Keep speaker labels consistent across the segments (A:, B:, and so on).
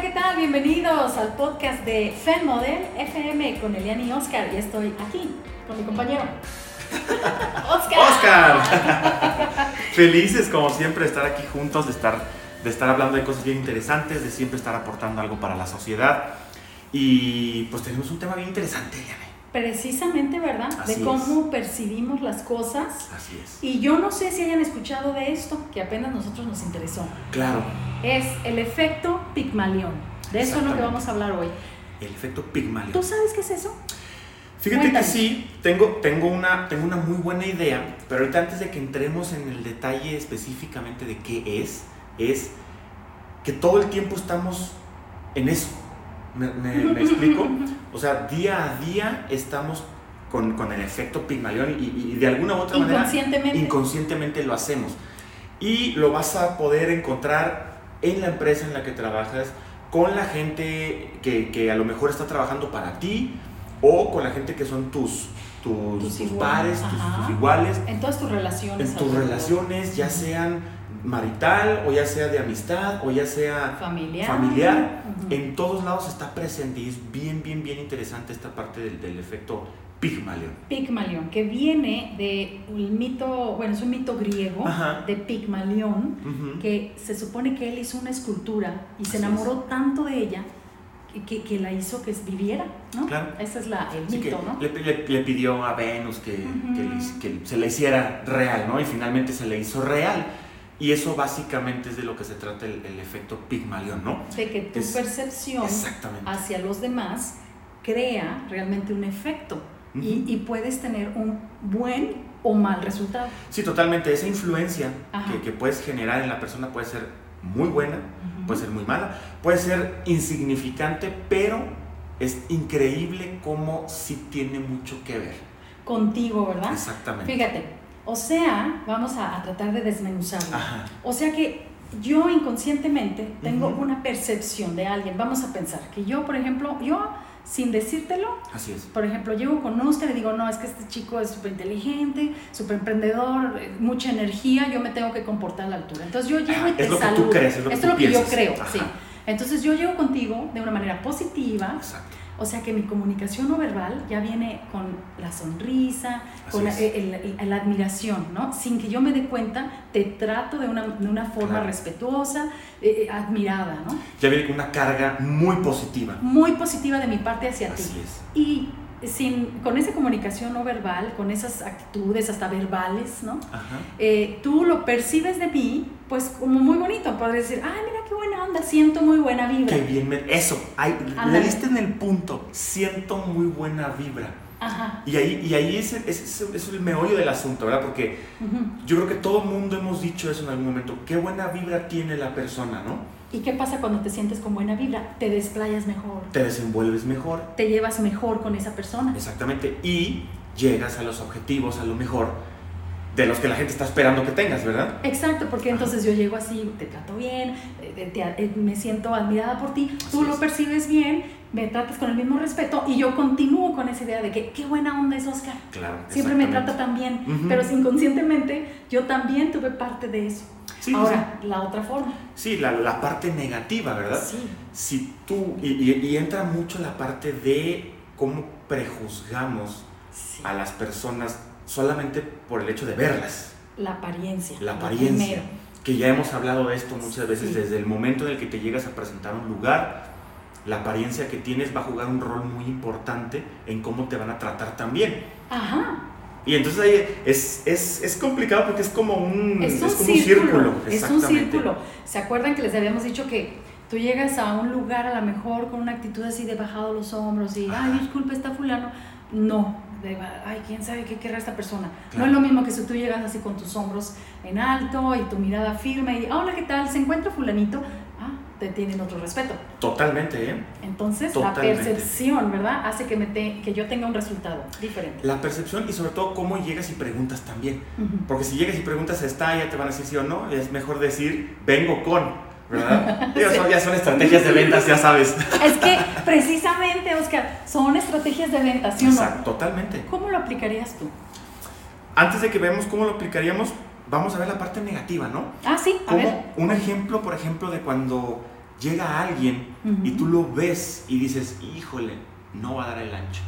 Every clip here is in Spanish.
A: ¿qué tal? Bienvenidos al podcast de Fan Model FM con Eliane y Oscar. Y estoy aquí con mi compañero. Oscar.
B: Oscar. Felices como siempre de estar aquí juntos, de estar, de estar hablando de cosas bien interesantes, de siempre estar aportando algo para la sociedad. Y pues tenemos un tema bien interesante, Eliane.
A: Precisamente, ¿verdad?
B: Así
A: de
B: es.
A: cómo percibimos las cosas.
B: Así es.
A: Y yo no sé si hayan escuchado de esto, que apenas nosotros nos interesó.
B: Claro,
A: Es el efecto Pigmalión. De eso es lo que
B: Exactamente.
A: vamos a hablar hoy.
B: el efecto Pigmalión.
A: ¿Tú sabes qué es eso?
B: Fíjate
A: Cuéntanos.
B: que sí, tengo, tengo, una, tengo una muy buena idea, pero ahorita antes de que entremos en el detalle específicamente de qué es, es que todo el tiempo estamos en eso. ¿Me, me- me explico? O sea, día a día estamos con, con el efecto Pigmalión y, y- y de alguna u otra manera
A: Inconscientemente.
B: inconscientemente lo hacemos. Y lo vas a poder encontrar en la empresa en la que trabajas, con la gente que, que a lo mejor está trabajando para ti o con la gente que son tus, tus,
A: Tus
B: tus
A: iguales,
B: pares, tus-
A: ajá.
B: tus, iguales,
A: en todas tus relaciones.
B: en tus
A: alrededor.
B: relaciones, ya sean marital o ya sea de amistad o ya sea...
A: Familiar.
B: familiar,
A: Ujú.
B: En todos lados está presente y es bien, bien, bien interesante esta parte del, del efecto Pigmalión.
A: Pigmalión, que viene de un mito, bueno, es un mito griego
B: Ajá.
A: de Pigmalión,
B: Ujú.
A: que se supone que él hizo una escultura y se
B: Así
A: enamoró tanto de ella que, que- que la hizo que viviera, ¿no?
B: Claro.
A: Ese es la, el
B: Así que
A: mito, ¿no?
B: le, le- le pidió a Venus que,
A: Ujú.
B: que le- que se le hiciera real, ¿no? Y finalmente se le hizo real. Y eso básicamente es de lo que se trata el, el efecto Pigmalión, ¿no?
A: De que tu
B: es-
A: percepción
B: Exactamente.
A: hacia los demás crea realmente un efecto y, y puedes tener un buen o mal resultado.
B: Sí, totalmente. Esa influencia
A: Ajá.
B: que, que puedes generar en la persona puede ser muy buena,
A: Ujú.
B: puede ser muy mala, puede ser insignificante, pero es increíble cómo sí tiene mucho que ver.
A: Contigo, ¿verdad?
B: Exactamente.
A: ¿Ah? Fíjate, o sea, vamos a, a tratar de desmenuzarlo.
B: Ajá.
A: O sea que yo inconscientemente tengo
B: Ujú.
A: una percepción de alguien. Vamos a pensar que yo, por ejemplo, yo sin decírtelo,
B: Así es.
A: por ejemplo, llego con Oscar y le digo, no, es que este chico es súper inteligente, súper emprendedor, eh, mucha energía, yo me tengo que comportar a la altura. Entonces yo llego y
B: Ajá,
A: te
B: es lo que tú
A: saludo.
B: crees, es lo que
A: Esto
B: tú
A: yo
B: piensas.
A: creo,
B: Ajá.
A: sí. Entonces yo llego contigo de una manera positiva,
B: Exacto.
A: o sea que mi comunicación no verbal ya viene con la sonrisa,
B: Así
A: con la,
B: es.
A: el- el- la admiración, ¿no? Sin que yo me dé cuenta, te trato de una, de una forma
B: Claro.
A: respetuosa, eh, eh, admirada, ¿no?
B: Ya viene con una carga muy positiva.
A: Muy positiva de mi parte hacia ti.
B: Así es.
A: Y sin, con esa comunicación no verbal, con esas actitudes hasta verbales, ¿no?
B: Ajá.
A: Eh, tú lo percibes de mí, pues como muy bonito, podrías decir, ay, mira qué buena onda, siento muy buena vibra.
B: Qué bien, me- eso, ahí,
A: Ándale.
B: le diste en el punto, siento muy buena vibra.
A: Ajá.
B: Y ahí, y ahí es, es- es- es el meollo del asunto, ¿verdad? Porque
A: ujú.
B: yo creo que todo mundo hemos dicho eso en algún momento, qué buena vibra tiene la persona, ¿no?
A: ¿Y qué pasa cuando te sientes con buena vibra? Te desplayas mejor,
B: Te desenvuelves mejor,
A: te llevas mejor con esa persona.
B: exactamente, y llegas a los objetivos, a lo mejor, de los que la gente está esperando que tengas, ¿verdad?
A: Exacto, porque entonces yo llego así, te trato bien, eh, te- eh, me siento admirada por ti, tú
B: Así
A: lo
B: es.
A: percibes bien, me tratas con el mismo respeto y yo continúo con esa idea de que qué buena onda es Oscar,
B: Claro.
A: siempre me trata
B: exactamente.
A: tan bien,
B: Ujú.
A: pero inconscientemente yo también tuve parte de eso.
B: Sí,
A: Ahora, la otra forma.
B: sí, la, la parte negativa, ¿verdad?
A: Sí,
B: si tú, y, y- y entra mucho la parte de cómo prejuzgamos
A: sí.
B: a las personas solamente por el hecho de verlas,
A: La apariencia.
B: la
A: lo
B: apariencia,
A: primero.
B: que ya hemos hablado de esto muchas veces,
A: Sí.
B: desde el momento en el que te llegas a presentar a un lugar, la apariencia que tienes va a jugar un rol muy importante en cómo te van a tratar también.
A: Ajá,
B: Y entonces ahí es, es, es complicado porque Mm, es como un,
A: es un
B: como
A: círculo. es un
B: exactamente.
A: círculo. ¿Se acuerdan que les habíamos dicho que tú llegas a un lugar a lo mejor con una actitud así de bajado los hombros y,
B: Ajá.
A: ay, disculpe, está fulano? No. de va- ay, quién sabe qué querrá esta persona. No
B: Claro.
A: es lo mismo que si tú llegas así con tus hombros en alto y tu mirada firme y, "Ah, hola, ¿qué tal? ¿Se encuentra fulanito? Ah, te tienen otro respeto.
B: Totalmente, ¿eh?
A: Entonces, la
B: Totalmente.
A: percepción, ¿verdad? Hace que, me te- que yo tenga un resultado diferente.
B: La percepción y sobre todo cómo llegas y preguntas también.
A: Ujú.
B: Porque si llegas y preguntas está, ya te van a decir sí o no, es mejor decir vengo con, ¿verdad? Digo, son- ya son estrategias de ventas, ya sabes.
A: Es que precisamente, Oscar, son estrategias de venta, ¿sí o no?
B: Exacto, totalmente.
A: ¿Cómo lo aplicarías tú?
B: Antes de que veamos cómo lo aplicaríamos, vamos a ver la parte negativa, ¿no?
A: Ah, sí, a
B: Como
A: ver.
B: un ejemplo, por ejemplo, de cuando llega alguien
A: Ujú.
B: y tú lo ves y dices, híjole, no va a dar el ancho.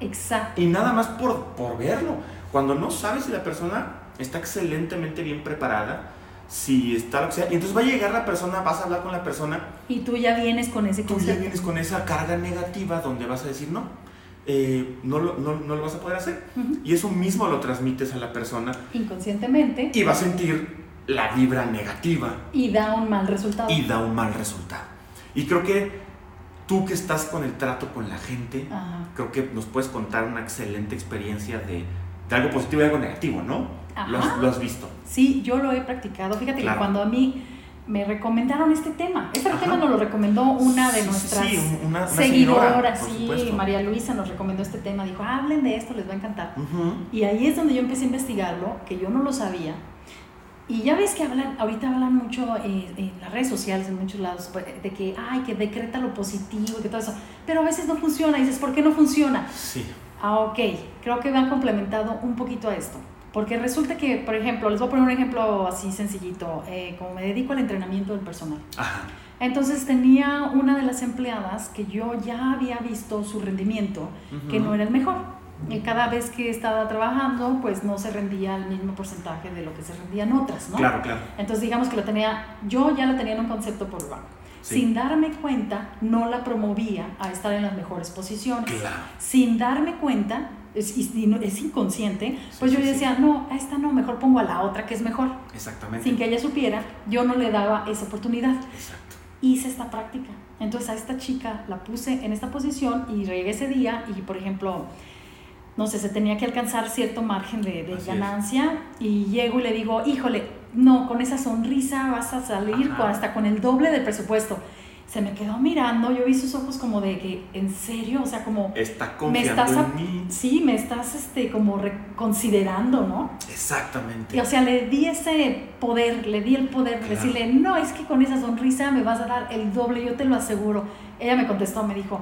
A: Exacto.
B: Y nada más por, por verlo. Cuando no sabes si la persona está excelentemente bien preparada, si está lo que sea, y entonces va a llegar la persona, vas a hablar con la persona,
A: Y tú ya vienes con ese
B: tú ya
A: concepto.
B: vienes con esa carga negativa donde vas a decir, no, eh, no, lo, no, no lo vas a poder hacer.
A: Ujú.
B: Y eso mismo lo transmites a la persona
A: Inconscientemente.
B: y va a sentir la vibra negativa
A: Y da un mal resultado.
B: y da un mal resultado. Y creo que tú que estás con el trato con la gente,
A: Ajá.
B: creo que nos puedes contar una excelente experiencia de, de algo positivo y algo negativo, ¿no?
A: Ajá.
B: Lo has, lo has visto.
A: Sí, yo lo he practicado. Fíjate
B: Claro.
A: que cuando a mí me recomendaron este tema, este
B: Ajá.
A: tema nos lo recomendó una de
B: Sí, sí,
A: nuestras
B: sí, una- una
A: seguidoras,
B: seguidora, por
A: sí,
B: supuesto.
A: María Luisa nos recomendó este tema, dijo, hablen de esto, les va a encantar.
B: Ujú.
A: Y ahí es donde yo empecé a investigarlo, que yo no lo sabía. Y ya ves que hablan, ahorita hablan mucho eh, en las redes sociales, en muchos lados, pues, de que, ay, que decreta lo positivo, que todo eso. Pero a veces no funciona. Y dices, ¿por qué no funciona?
B: Sí.
A: Ah, ok. Creo que me han complementado un poquito a esto. Porque resulta que, por ejemplo, les voy a poner un ejemplo así sencillito. eh, como me dedico al entrenamiento del personal.
B: Ajá.
A: Entonces tenía una de las empleadas que yo ya había visto su rendimiento, que
B: Ujú.
A: no era el mejor. Y cada vez que estaba trabajando, pues no se rendía al mismo porcentaje de lo que se rendían otras, ¿no?
B: Claro, claro.
A: Entonces digamos que la tenía, yo ya la tenía en un concepto por bajo.
B: Sí.
A: Sin darme cuenta, no la promovía a estar en las mejores posiciones
B: Claro.
A: sin darme cuenta, es, y- y no- es inconsciente,
B: Sí,
A: pues yo
B: sí, sí.
A: decía, no, a esta no, mejor pongo a la otra que es mejor.
B: Exactamente.
A: Sin que ella supiera, yo no le daba esa oportunidad.
B: Exacto.
A: Hice esta práctica. Entonces a esta chica la puse en esta posición y llegué ese día y, por ejemplo, no sé, se tenía que alcanzar cierto margen de, de
B: Así es.
A: ganancia y llego y le digo, híjole, no, con esa sonrisa vas a salir
B: Ajá.
A: hasta con el doble del presupuesto. Se me quedó mirando, yo vi sus ojos como de que, ¿en serio? O sea, como...
B: Está
A: Me
B: confiando
A: estás
B: en
A: ap-
B: mí.
A: Sí, me estás este, como reconsiderando, ¿no?
B: Exactamente.
A: Y, o sea, le di ese poder, le di el poder de
B: Claro.
A: decirle, no, es que con esa sonrisa me vas a dar el doble, yo te lo aseguro. Ella me contestó, me dijo,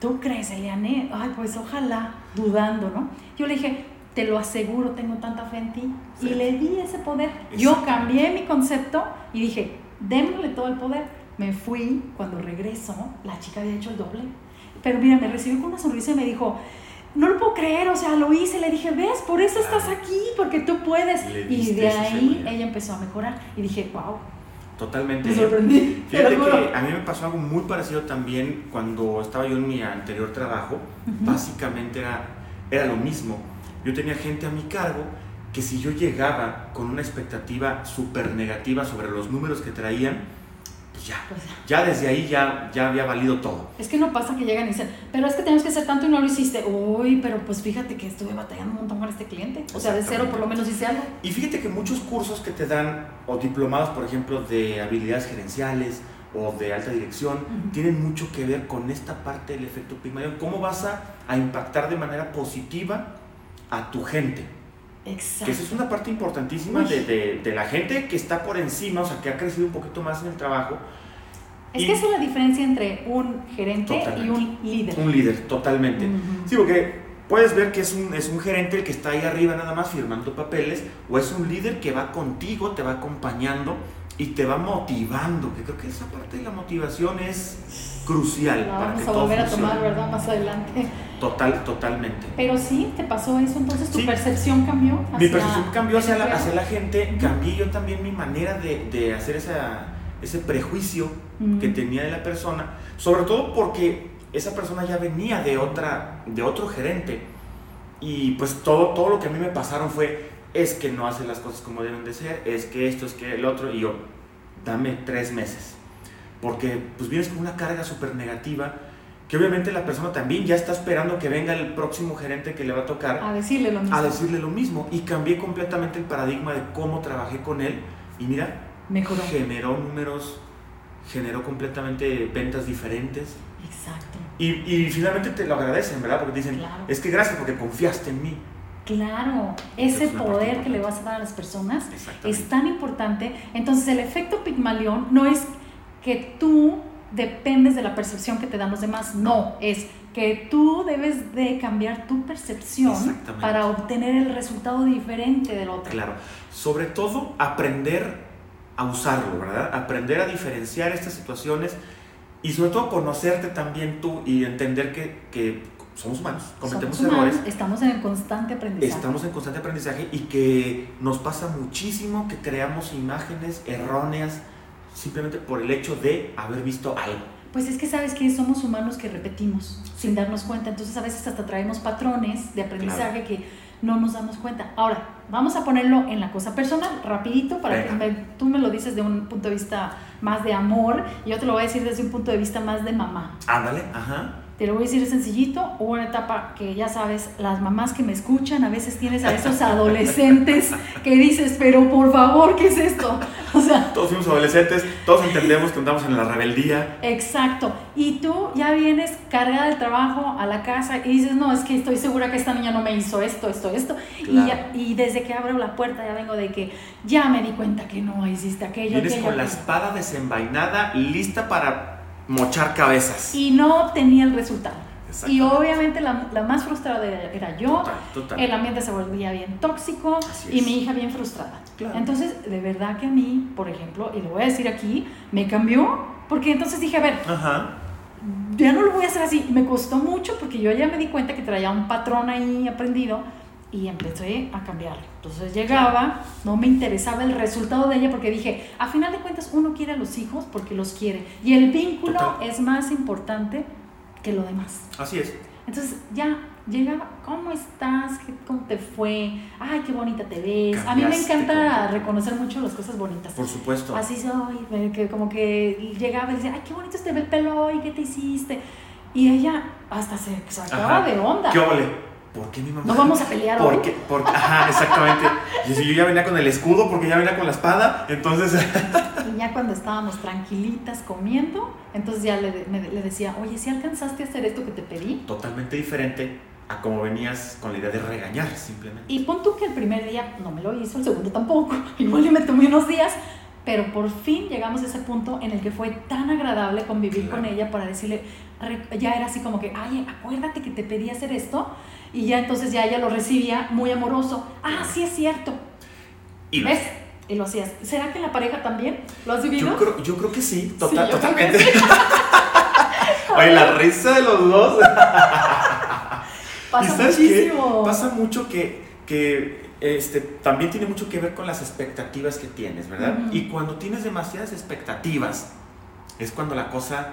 A: ¿tú crees, Eliane? Ay, pues ojalá, dudando, ¿no? Yo le dije, te lo aseguro, tengo tanta fe en ti.
B: Sí.
A: Y le di ese poder. Yo
B: Exacto.
A: cambié mi concepto y dije, démosle todo el poder. Me fui, cuando regreso, la chica había hecho el doble. Pero mira, me recibió con una sonrisa y me dijo, no lo puedo creer, o sea, lo hice, le dije, ves, por eso estás
B: Claro.
A: aquí, porque tú puedes.
B: Le
A: Y
B: diste
A: de
B: esa
A: ahí
B: seguridad.
A: ella empezó a mejorar y dije, wow,
B: Totalmente.
A: me sorprendí. te lo
B: Fíjate
A: juro.
B: que a mí me pasó algo muy parecido también cuando estaba yo en mi anterior trabajo.
A: Ujú.
B: Básicamente era, era lo mismo. Yo tenía gente a mi cargo que si yo llegaba con una expectativa súper negativa sobre los números que traían, pues ya,
A: Pues,
B: ya desde ahí ya, ya había valido todo.
A: es que no pasa que llegan y dicen, pero es que tenemos que hacer tanto y no lo hiciste. Uy, pero pues fíjate que estuve batallando un montón con este cliente. O sea, de cero por lo menos hice algo.
B: Y fíjate que muchos cursos que te dan, o diplomados, por ejemplo, de habilidades gerenciales o de alta dirección,
A: Ujú.
B: tienen mucho que ver con esta parte del efecto Pigmalión. ¿Cómo vas a, a impactar de manera positiva a tu gente? Que
A: Exacto.
B: esa es una parte importantísima
A: Uy.
B: de, de- de la gente que está por encima, o sea, que ha crecido un poquito más en el trabajo.
A: Es
B: y-
A: que esa es la diferencia entre un gerente y
B: Totalmente.
A: un líder.
B: Un líder, totalmente.
A: Ujú.
B: Sí, porque puedes ver que es un, es un gerente el que está ahí arriba nada más firmando papeles, o es un líder que va contigo, te va acompañando y te va motivando. Que creo que esa parte de la motivación es crucial
A: La
B: para que
A: vamos a
B: todo
A: volver a
B: funcione.
A: tomar, ¿verdad? Más adelante.
B: Total, totalmente.
A: Pero sí, ¿te pasó eso? Entonces tu
B: Sí.
A: percepción cambió.
B: Mi
A: hacia
B: percepción cambió hacia
A: el
B: la,
A: empleo?
B: hacia la gente,
A: Ujú.
B: cambié yo también mi manera de, de hacer esa, ese prejuicio
A: Mm.
B: que tenía de la persona, sobre todo porque esa persona ya venía de, otra, de otro gerente y pues todo, todo lo que a mí me pasaron fue, es que no hacen las cosas como deben de ser, es que esto, es que el otro, y yo, dame tres meses, porque pues vienes con una carga súper negativa, que obviamente la persona también ya está esperando que venga el próximo gerente que le va a tocar
A: A decirle lo mismo.
B: a decirle lo mismo y cambié completamente el paradigma de cómo trabajé con él y mira,
A: Mejoró.
B: generó números, generó completamente ventas diferentes
A: Exacto.
B: y, y finalmente te lo agradecen, ¿verdad? Porque dicen,
A: Claro.
B: es que gracias porque confiaste en mí.
A: Claro, ese
B: Es una parte
A: poder que le
B: importante.
A: vas a dar a las personas
B: Exactamente.
A: es tan importante. Entonces, el efecto Pigmalión no es que tú dependes de la percepción que te dan los demás, no, es que tú debes de cambiar tu percepción
B: Exactamente.
A: para obtener el resultado diferente del otro.
B: Claro. Sobre todo aprender a usarlo, ¿verdad? Aprender a diferenciar estas situaciones y sobre todo conocerte también tú y entender que, que somos humanos, cometemos
A: Somos humanos,
B: errores,
A: Estamos en el constante aprendizaje.
B: estamos en constante aprendizaje y que nos pasa muchísimo que creamos imágenes erróneas simplemente por el hecho de haber visto algo.
A: Pues es que sabes que somos humanos que repetimos sin darnos cuenta, entonces a veces hasta traemos patrones de aprendizaje que no nos damos cuenta. Ahora, vamos a ponerlo en la cosa personal, rapidito, para que
B: Venga.
A: me- tú me lo dices de un punto de vista más de amor, y yo te lo voy a decir desde un punto de vista más de mamá.
B: Ándale, ajá.
A: Te lo voy a decir sencillito, hubo una etapa que ya sabes, las mamás que me escuchan, a veces tienes a esos adolescentes que dices, pero por favor, ¿qué es esto? O sea,
B: Todos fuimos adolescentes, todos entendemos que andamos en la rebeldía.
A: Exacto. Y tú ya vienes cargada del trabajo a la casa y dices, no, es que estoy segura que esta niña no me hizo esto, esto, esto. Y, ya- y desde que abro la puerta ya vengo de que ya me di cuenta que no hiciste aquello.
B: Vienes
A: aquello,
B: con la
A: aquello".
B: espada desenvainada, lista para mochar cabezas.
A: Y no obtenía el resultado.
B: Exacto.
A: Y obviamente la, la más frustrada era, era yo.
B: Total, total.
A: El ambiente se volvía bien tóxico
B: Así
A: y
B: es.
A: mi hija bien frustrada.
B: Claro.
A: Entonces, de verdad que a mí, por ejemplo, y lo voy a decir aquí, me cambió porque entonces dije, a ver,
B: Ajá.
A: ya no lo voy a hacer así. Me costó mucho porque yo ya me di cuenta que traía un patrón ahí aprendido y empecé a cambiarlo. Entonces llegaba, no me interesaba el resultado de ella porque dije, a final de cuentas uno quiere a los hijos porque los quiere y el vínculo
B: Total.
A: es más importante que lo demás.
B: Así es.
A: Entonces ya llegaba, ¿cómo estás? ¿Qué- ¿Cómo te fue? Ay, qué bonita te ves. a mí me
B: Cambiaste
A: encanta
B: completamente.
A: reconocer mucho las cosas bonitas.
B: Por supuesto.
A: Así soy, me- que como que llegaba y decía, ay, qué bonito este el pelo hoy, ¿qué te hiciste? Y ella hasta se sacaba
B: Ajá.
A: de onda.
B: ¿Qué ole? ¿Por qué mi mamá?
A: No vamos a pelear
B: ¿Por
A: hoy.
B: qué? Porque, ajá, exactamente. Y si yo ya venía con el escudo, porque ya venía con la espada, entonces.
A: Y ya cuando estábamos tranquilitas comiendo, entonces ya le, de- me- le decía, oye, si alcanzaste a hacer esto que te pedí.
B: Totalmente diferente a como venías con la idea de regañar, simplemente.
A: Y pon tú que el primer día no me lo hizo, el segundo tampoco. Igual y me tomé unos días. Pero por fin llegamos a ese punto en el que fue tan agradable convivir
B: Claro.
A: con ella para decirle, re- ya era así como que, ay, acuérdate que te pedí hacer esto. Y ya entonces ya ella lo recibía muy amoroso. Ah, sí es cierto.
B: Y lo-
A: ¿Ves? Y lo hacías. ¿Será que en la pareja también? ¿Lo has vivido?
B: yo, creo, yo creo que sí,
A: Sí, yo
B: total,
A: creo
B: totalmente.
A: que sí.
B: Oye, la risa de los dos. ¿Y
A: Pasa
B: sabes qué?
A: muchísimo.
B: Pasa mucho que, que este, también tiene mucho que ver con las expectativas que tienes, ¿verdad?
A: Ujú.
B: Y cuando tienes demasiadas expectativas, es cuando la cosa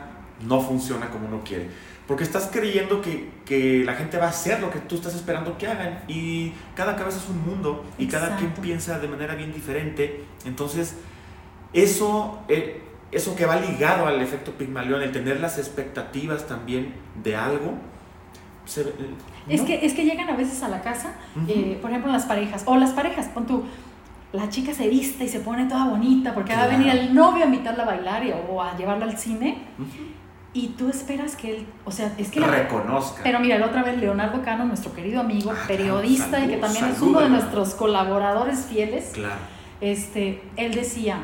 B: no funciona como uno quiere. Porque estás creyendo que, que la gente va a hacer lo que tú estás esperando que hagan. Y cada cabeza es un mundo y cada quien
A: Exacto.
B: piensa de manera bien diferente. Entonces, eso, eh, eso que va ligado al efecto Pigmalión, el tener las expectativas también de algo, se, ve- eh,
A: Es,
B: ¿no?
A: que, es que llegan a veces a la casa,
B: Ujú.
A: eh, por ejemplo, las parejas. O las parejas, pon tú. La chica se viste y se pone toda bonita porque va a venir
B: Claro.
A: el novio a invitarla a bailar y- o a llevarla al cine.
B: Ujú.
A: Y tú esperas que él, o sea, es que la-
B: reconozca.
A: Pero mira, la otra vez Leonardo Cano, nuestro querido amigo,
B: Ah,
A: periodista
B: claro,
A: y que
B: salud,
A: también es
B: salud,
A: uno de
B: hermano.
A: nuestros colaboradores fieles,
B: Claro,
A: este, él decía,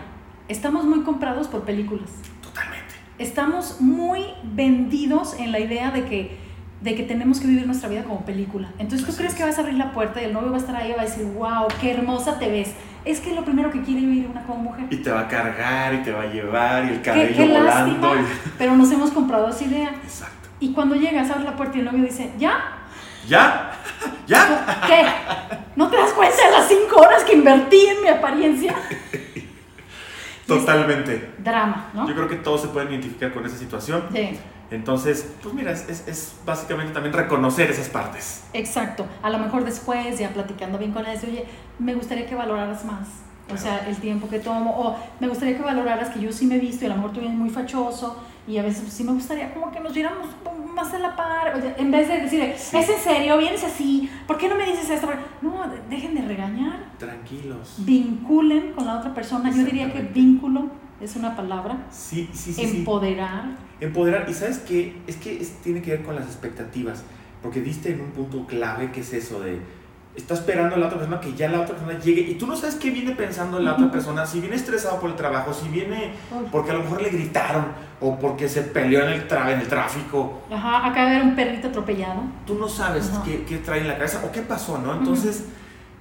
A: estamos muy comprados por películas,
B: totalmente.
A: estamos muy vendidos en la idea de que, de que tenemos que vivir nuestra vida como película. Entonces tú
B: Así
A: crees
B: es.
A: que vas a abrir la puerta y el novio va a estar ahí y va a decir, wow, qué hermosa te ves. Es que lo primero que quiere vivir una como mujer.
B: Y te va a cargar y te va a llevar y el
A: Qué,
B: cabello
A: qué
B: volando.
A: lástima,
B: y-
A: pero nos hemos comprado esa idea.
B: Exacto.
A: Y cuando llegas, abres la puerta y el novio dice, ¿ya?
B: ¿Ya? ¿Ya?
A: ¿Qué? ¿No te das cuenta de las cinco horas que invertí en mi apariencia?
B: Totalmente.
A: Drama, ¿no?
B: Yo creo que todos se pueden identificar con esa situación.
A: Sí,
B: Entonces, pues mira, es, es- es básicamente también reconocer esas partes.
A: exacto. A lo mejor después, ya platicando bien con él, dice, oye, me gustaría que valoraras más. O sea, el tiempo que tomo, o me gustaría que valoraras que yo sí me he visto y a lo mejor tú vienes muy fachoso y a veces pues, sí me gustaría como que nos diéramos un poco más a la par. O sea, en vez de decir,
B: Sí.
A: es en serio, vienes así, ¿por qué no me dices esto? No, de- dejen de regañar.
B: Tranquilos.
A: vinculen con la otra persona. Yo diría que
B: Exactamente.
A: vínculo es una palabra.
B: Sí, sí, sí. sí.
A: Empoderar.
B: Empoderar. ¿Y sabes qué? Es que es- tiene que ver con las expectativas. Porque diste en un punto clave que es eso de... Está esperando a la otra persona que ya la otra persona llegue y tú no sabes qué viene pensando la otra
A: Ujú.
B: persona, si viene estresado por el trabajo, si viene
A: Uy.
B: porque a lo mejor le gritaron o porque se peleó en el, tra- en el tráfico.
A: Ajá, acaba de haber un perrito atropellado.
B: Tú no sabes
A: Ajá.
B: qué, qué trae en la cabeza o qué pasó, ¿no? Entonces,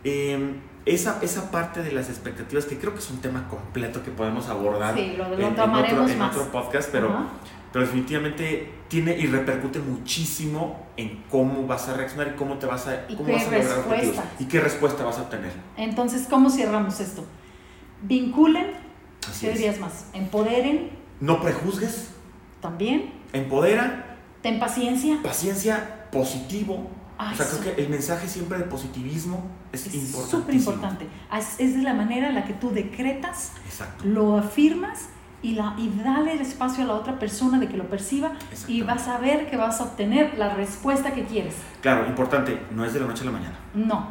B: eh, esa, esa parte de las expectativas, que creo que es un tema completo que podemos abordar
A: Sí, lo,
B: en,
A: lo
B: en
A: tomaremos
B: otro, en
A: más.
B: otro podcast, pero,
A: Ajá.
B: pero definitivamente tiene y repercute muchísimo en cómo vas a reaccionar y cómo te vas a,
A: Y
B: cómo
A: qué
B: vas a lograr objetivos
A: respuestas.
B: y qué respuesta vas a obtener.
A: Entonces, ¿cómo cerramos esto? Vinculen,
B: Así
A: ¿qué
B: es.
A: dirías más? Empoderen
B: No prejuzgues,
A: también.
B: empodera,
A: Ten paciencia.
B: paciencia, positivo.
A: Ay,
B: o sea, creo
A: sí.
B: que el mensaje siempre de positivismo es,
A: Es
B: importantísimo.
A: súper importante. Es, es la manera en la que tú decretas,
B: Exacto.
A: lo afirmas y, la, y dale el espacio a la otra persona de que lo perciba y
B: Exactamente.
A: vas a ver que vas a obtener la respuesta que quieres.
B: Claro, importante, no es de la noche a la mañana.
A: No,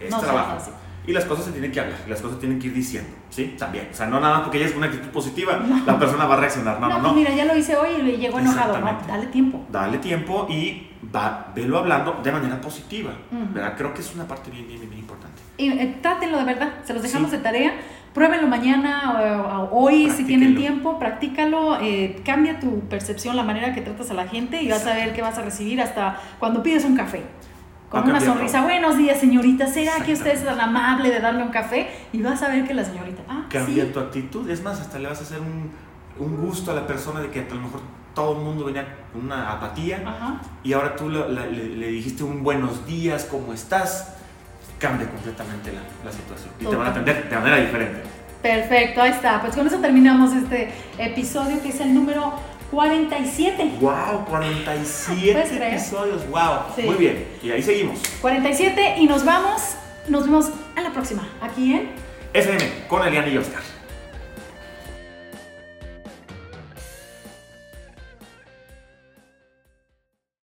B: Es
A: no sea
B: trabajo.
A: fácil.
B: Y las cosas se tienen que hablar, y las cosas tienen que ir diciendo, ¿sí? También. O sea, no nada más porque ella es una actitud positiva, la persona va a reaccionar. No,
A: No,
B: no,
A: pues
B: no.
A: mira, ya lo hice hoy y le llegó enojado. No,
B: Exactamente.
A: dale tiempo.
B: Dale tiempo y va, velo hablando de manera positiva.
A: Ujú.
B: ¿verdad? Creo que es una parte bien, bien, bien, bien importante.
A: Y, eh, trátenlo de verdad, se los dejamos
B: Sí.
A: de tarea. Pruébenlo mañana o- o hoy si tienen
B: Practíquenlo.
A: tiempo, practícalo, eh, cambia tu percepción, la manera que tratas a la gente y vas a ver que vas a recibir hasta cuando pides un café. Con
B: Va a
A: una
B: cambiar
A: sonrisa, buenos días señorita, ¿será que
B: Exactamente.
A: usted es tan amable de darle un café? Y vas a ver que la señorita, ah,
B: Cambia
A: sí,
B: tu actitud. Es más, hasta le vas a hacer un, un gusto a la persona de que a lo mejor todo el mundo venía con una apatía
A: ajá,
B: y ahora tú la- la- le, le dijiste un buenos días, ¿cómo estás? Cambia completamente la, la situación. Y te van a atender de manera diferente.
A: perfecto, ahí está. Pues con eso terminamos este episodio que es el número 47.
B: ¡Wow! 47
A: ¿Puedes creer?
B: episodios. ¡Wow!
A: Sí.
B: Muy bien. Y ahí seguimos.
A: 47 y nos vamos, nos vemos a la próxima, aquí en...
B: FM con Eliana y Oscar.